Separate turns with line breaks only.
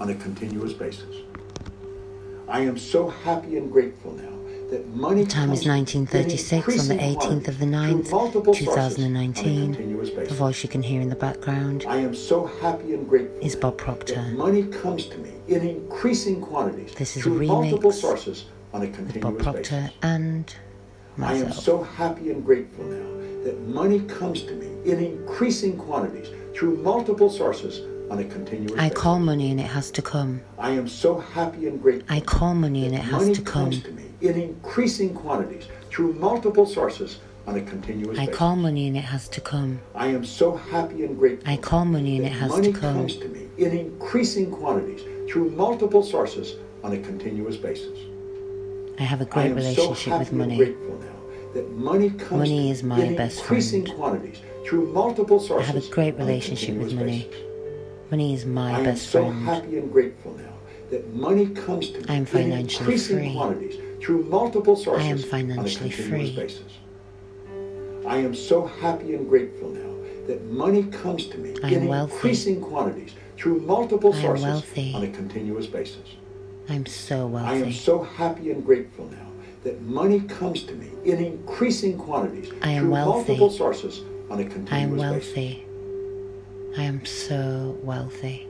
on a continuous basis. I am so happy and grateful now that money.
The time is
comes in
1936 on the
increasing
18th of the
quantity through
9th,
multiple sources on a
2019.
continuous
The
basis.
voice you can hear in the background
I am so happy and grateful
is Bob
that
Proctor.
money comes to me in increasing quantities
This is a
through multiple
remix
sources on a
with Bob
continuous basis.
Proctor and
I am
myself.
so happy and grateful now that money comes to me in increasing quantities through multiple sources on a continuous
I
basis.
call money and it has to come.
I am so happy and grateful.
I call money and it has
money
to
comes
come.
to me in increasing quantities through multiple sources on a continuous
I
basis.
call money and it has to come.
I am so happy and grateful.
I call money and
that
it has
money
to come.
comes to me in increasing quantities through multiple sources on a continuous basis.
I have a
I
great
am so
relationship
happy
with
And
money.
grateful now that money comes
Money
to me
is my
in
best
increasing
friend.
quantities through multiple
I
sources.
have a great
on a
relationship with
continuous
money.
basis.
Money is my
I am
best
so
friend.
happy and grateful now that money comes to me
I am
in
financially
increasing
free.
quantities through multiple sources
financially
on a continuous
free.
basis. I am so happy and grateful now that money comes to me
I am
in
wealthy.
increasing quantities through multiple
I am
sources
wealthy.
on a continuous basis.
I'm so
I am
wealthy.
so happy and grateful now that money comes to me in increasing quantities
I am
through
wealthy.
multiple sources on a continuous
I am
basis.
wealthy. I am so wealthy.